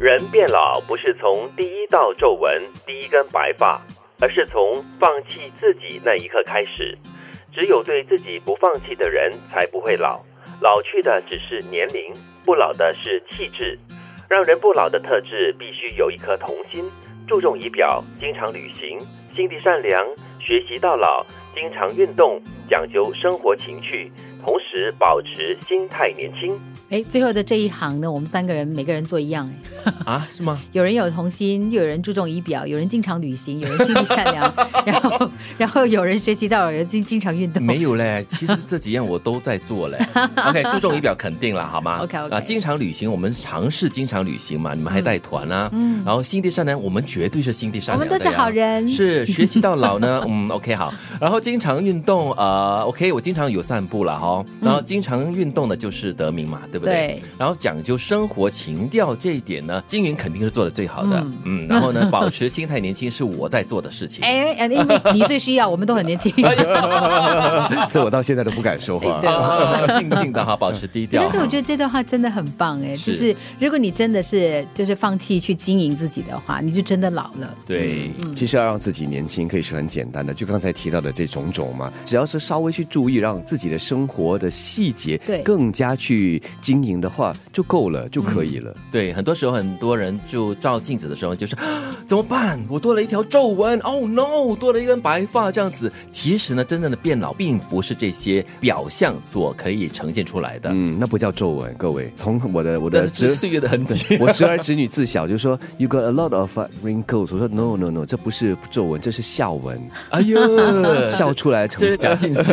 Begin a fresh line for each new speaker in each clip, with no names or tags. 人变老不是从第一道皱纹、第一根白发，而是从放弃自己那一刻开始。只有对自己不放弃的人，才不会老。老去的只是年龄，不老的是气质。让人不老的特质，必须有一颗童心，注重仪表，经常旅行，心地善良，学习到老，经常运动，讲究生活情趣，同时保持心态年轻。
哎，最后的这一行呢，我们三个人每个人做一样，哎，
啊？是 吗？
有人有童心，又有人注重仪表，有人经常旅行，有人心地善 良，然后然后有人学习到老，有人经经常运动。
没有嘞，其实这几样我都在 做嘞。OK，注重仪表肯定了，好吗
OK，OK
啊，经常旅行，我们尝试经常旅行嘛，你们还带团啊。嗯。然后心地善良，我们绝对是心地善
我
良
们
的
都
呀。
是好人
是学习到老呢， 嗯，OK 好。然后经常运动，呃，OK，我经常有散步了哈、然后经常运动的就是德明嘛，对不
嗯
对？
对。
然后讲究生活情调这一点呢，金云肯定是做的最好的。嗯然后呢，保持心态年轻是我在做的事情。
哎，哎因为你最需要，我们都很年轻。
所以我到现在都不敢说话。
对
啊，静静的哈，保持 低调。
但是我觉得
得，
这段话真的很棒哎，
是
就是如果你真的是就是放弃去经营自己的话，你就真的老了。
对，
嗯
嗯
其实要让自己年轻，可以是很简单的，就刚才提到的这种种嘛，只要是稍微去注意，让自己的生活的细节
对
更加去经营的话，就够了，就可以了。
对，很多时候很多人就照镜子的时候就是 啊怎么办？我多了一条皱纹，Oh no，多了一根白发这样子。其实呢，真正的变老并不是这些表象所可以呈现出来的，
嗯，那不叫皱纹，各位，从我的我
那
的
是岁月的痕迹。
我侄儿侄女自小就说 “You got a lot of uh, wrinkles”，我说 “No no no”，这不是皱纹，这是笑纹，
哎呦，
笑出来的
这
成
是假
像。
信息。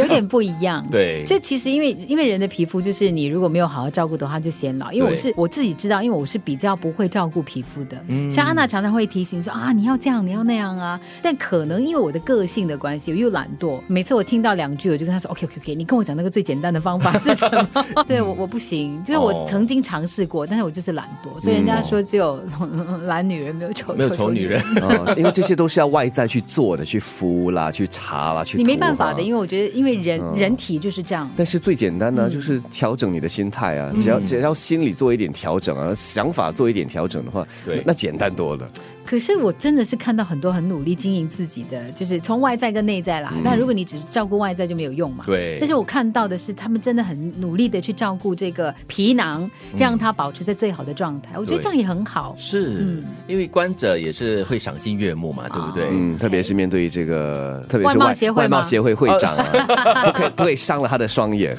有点不一样。
对
这其实因为因为人的皮肤就是你如果没有好好照顾的话就显老。因为我
对
是我自己知道，因为我是比较不会照顾皮肤的。
嗯
像安娜常常会提醒说啊，你要这样，你要那样啊。但可能因为我的个性的关系，我又懒惰，每次我听到两句，我就跟她说 OK OK OK，你跟我讲那个最简单的方法是什么？对我我不行，就是我
哦
曾经尝试过，但是我就是懒惰，所以人家说只有 懒女人没有丑
没有丑女人。，
哦，因为这些都是要外在去做的，去敷啦，去擦啦，去
你没办法
涂啦
的，因为我觉得因为人、
嗯
人体就是这样。
但是最简单的就是调整你的心态啊，
嗯
只要只要心里做一点调整啊，想法做一点调整的话，
对
那那简单多了。
可是我真的是看到很多很努力经营自己的，就是从外在跟内在啦。但如果你只照顾外在就没有用嘛。
嗯对
但是我看到的是，他们真的很努力的去照顾这个皮囊，让它保持在最好的状态。我觉得
对
这样也很好。
是、因为观者也是会赏心悦目嘛，对不对？
嗯，特别是面对这个，特别是
外贸协会吗
外贸协会会 长啊，不可以不可以伤了他的双眼。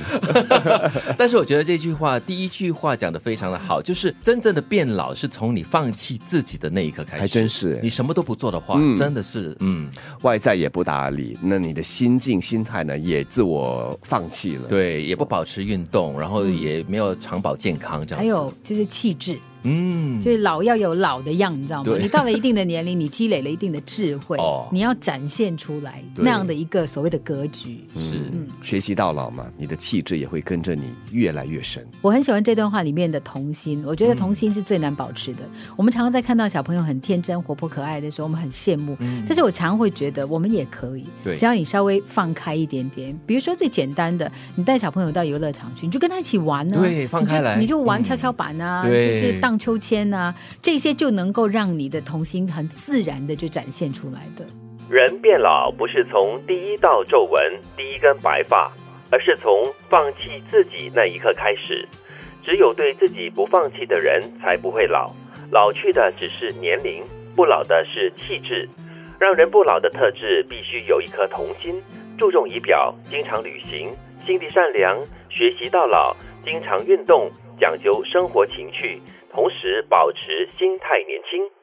但是我觉得这句话第一句话讲的非常的好，就是真正的变老是从你放弃自己的那一刻开始，
还真是
你什么都不做的话，真的是嗯，
外在也不搭理，那你的心境、心态呢，也自我放弃了。
对，也不保持运动，然后也没有长保健康这样
还
子。
有就是气质，
嗯，
就是老要有老的样，你知道吗？
对
你到了一定的年龄，你积累了一定的智慧，
哦
你要展现出来
对
那样的一个所谓的格局。
是
学习到老嘛，你的气质也会跟着你越来越深。
我很喜欢这段话里面的童心，我觉
嗯
得童心是最难保持的。我们常常在看到小朋友很天真、活泼、可爱的时候，我们很羡慕。但是我常会觉得，我们也可以，
嗯对
只要你稍微放开一点点。比如说最简单的，你带小朋友到游乐场去，你就跟他一起玩啊，
对放开来
你就你就玩跷跷板啊，
嗯
就
对
是荡秋千啊，这些就能够让你的童心很自然的就展现出来的。
人变老不是从第一道皱纹、第一根白发，而是从放弃自己那一刻开始。只有对自己不放弃的人，才不会老。老去的只是年龄，不老的是气质。让人不老的特质，必须有一颗童心，注重仪表，经常旅行，心地善良，学习到老，经常运动，讲究生活情趣，同时保持心态年轻。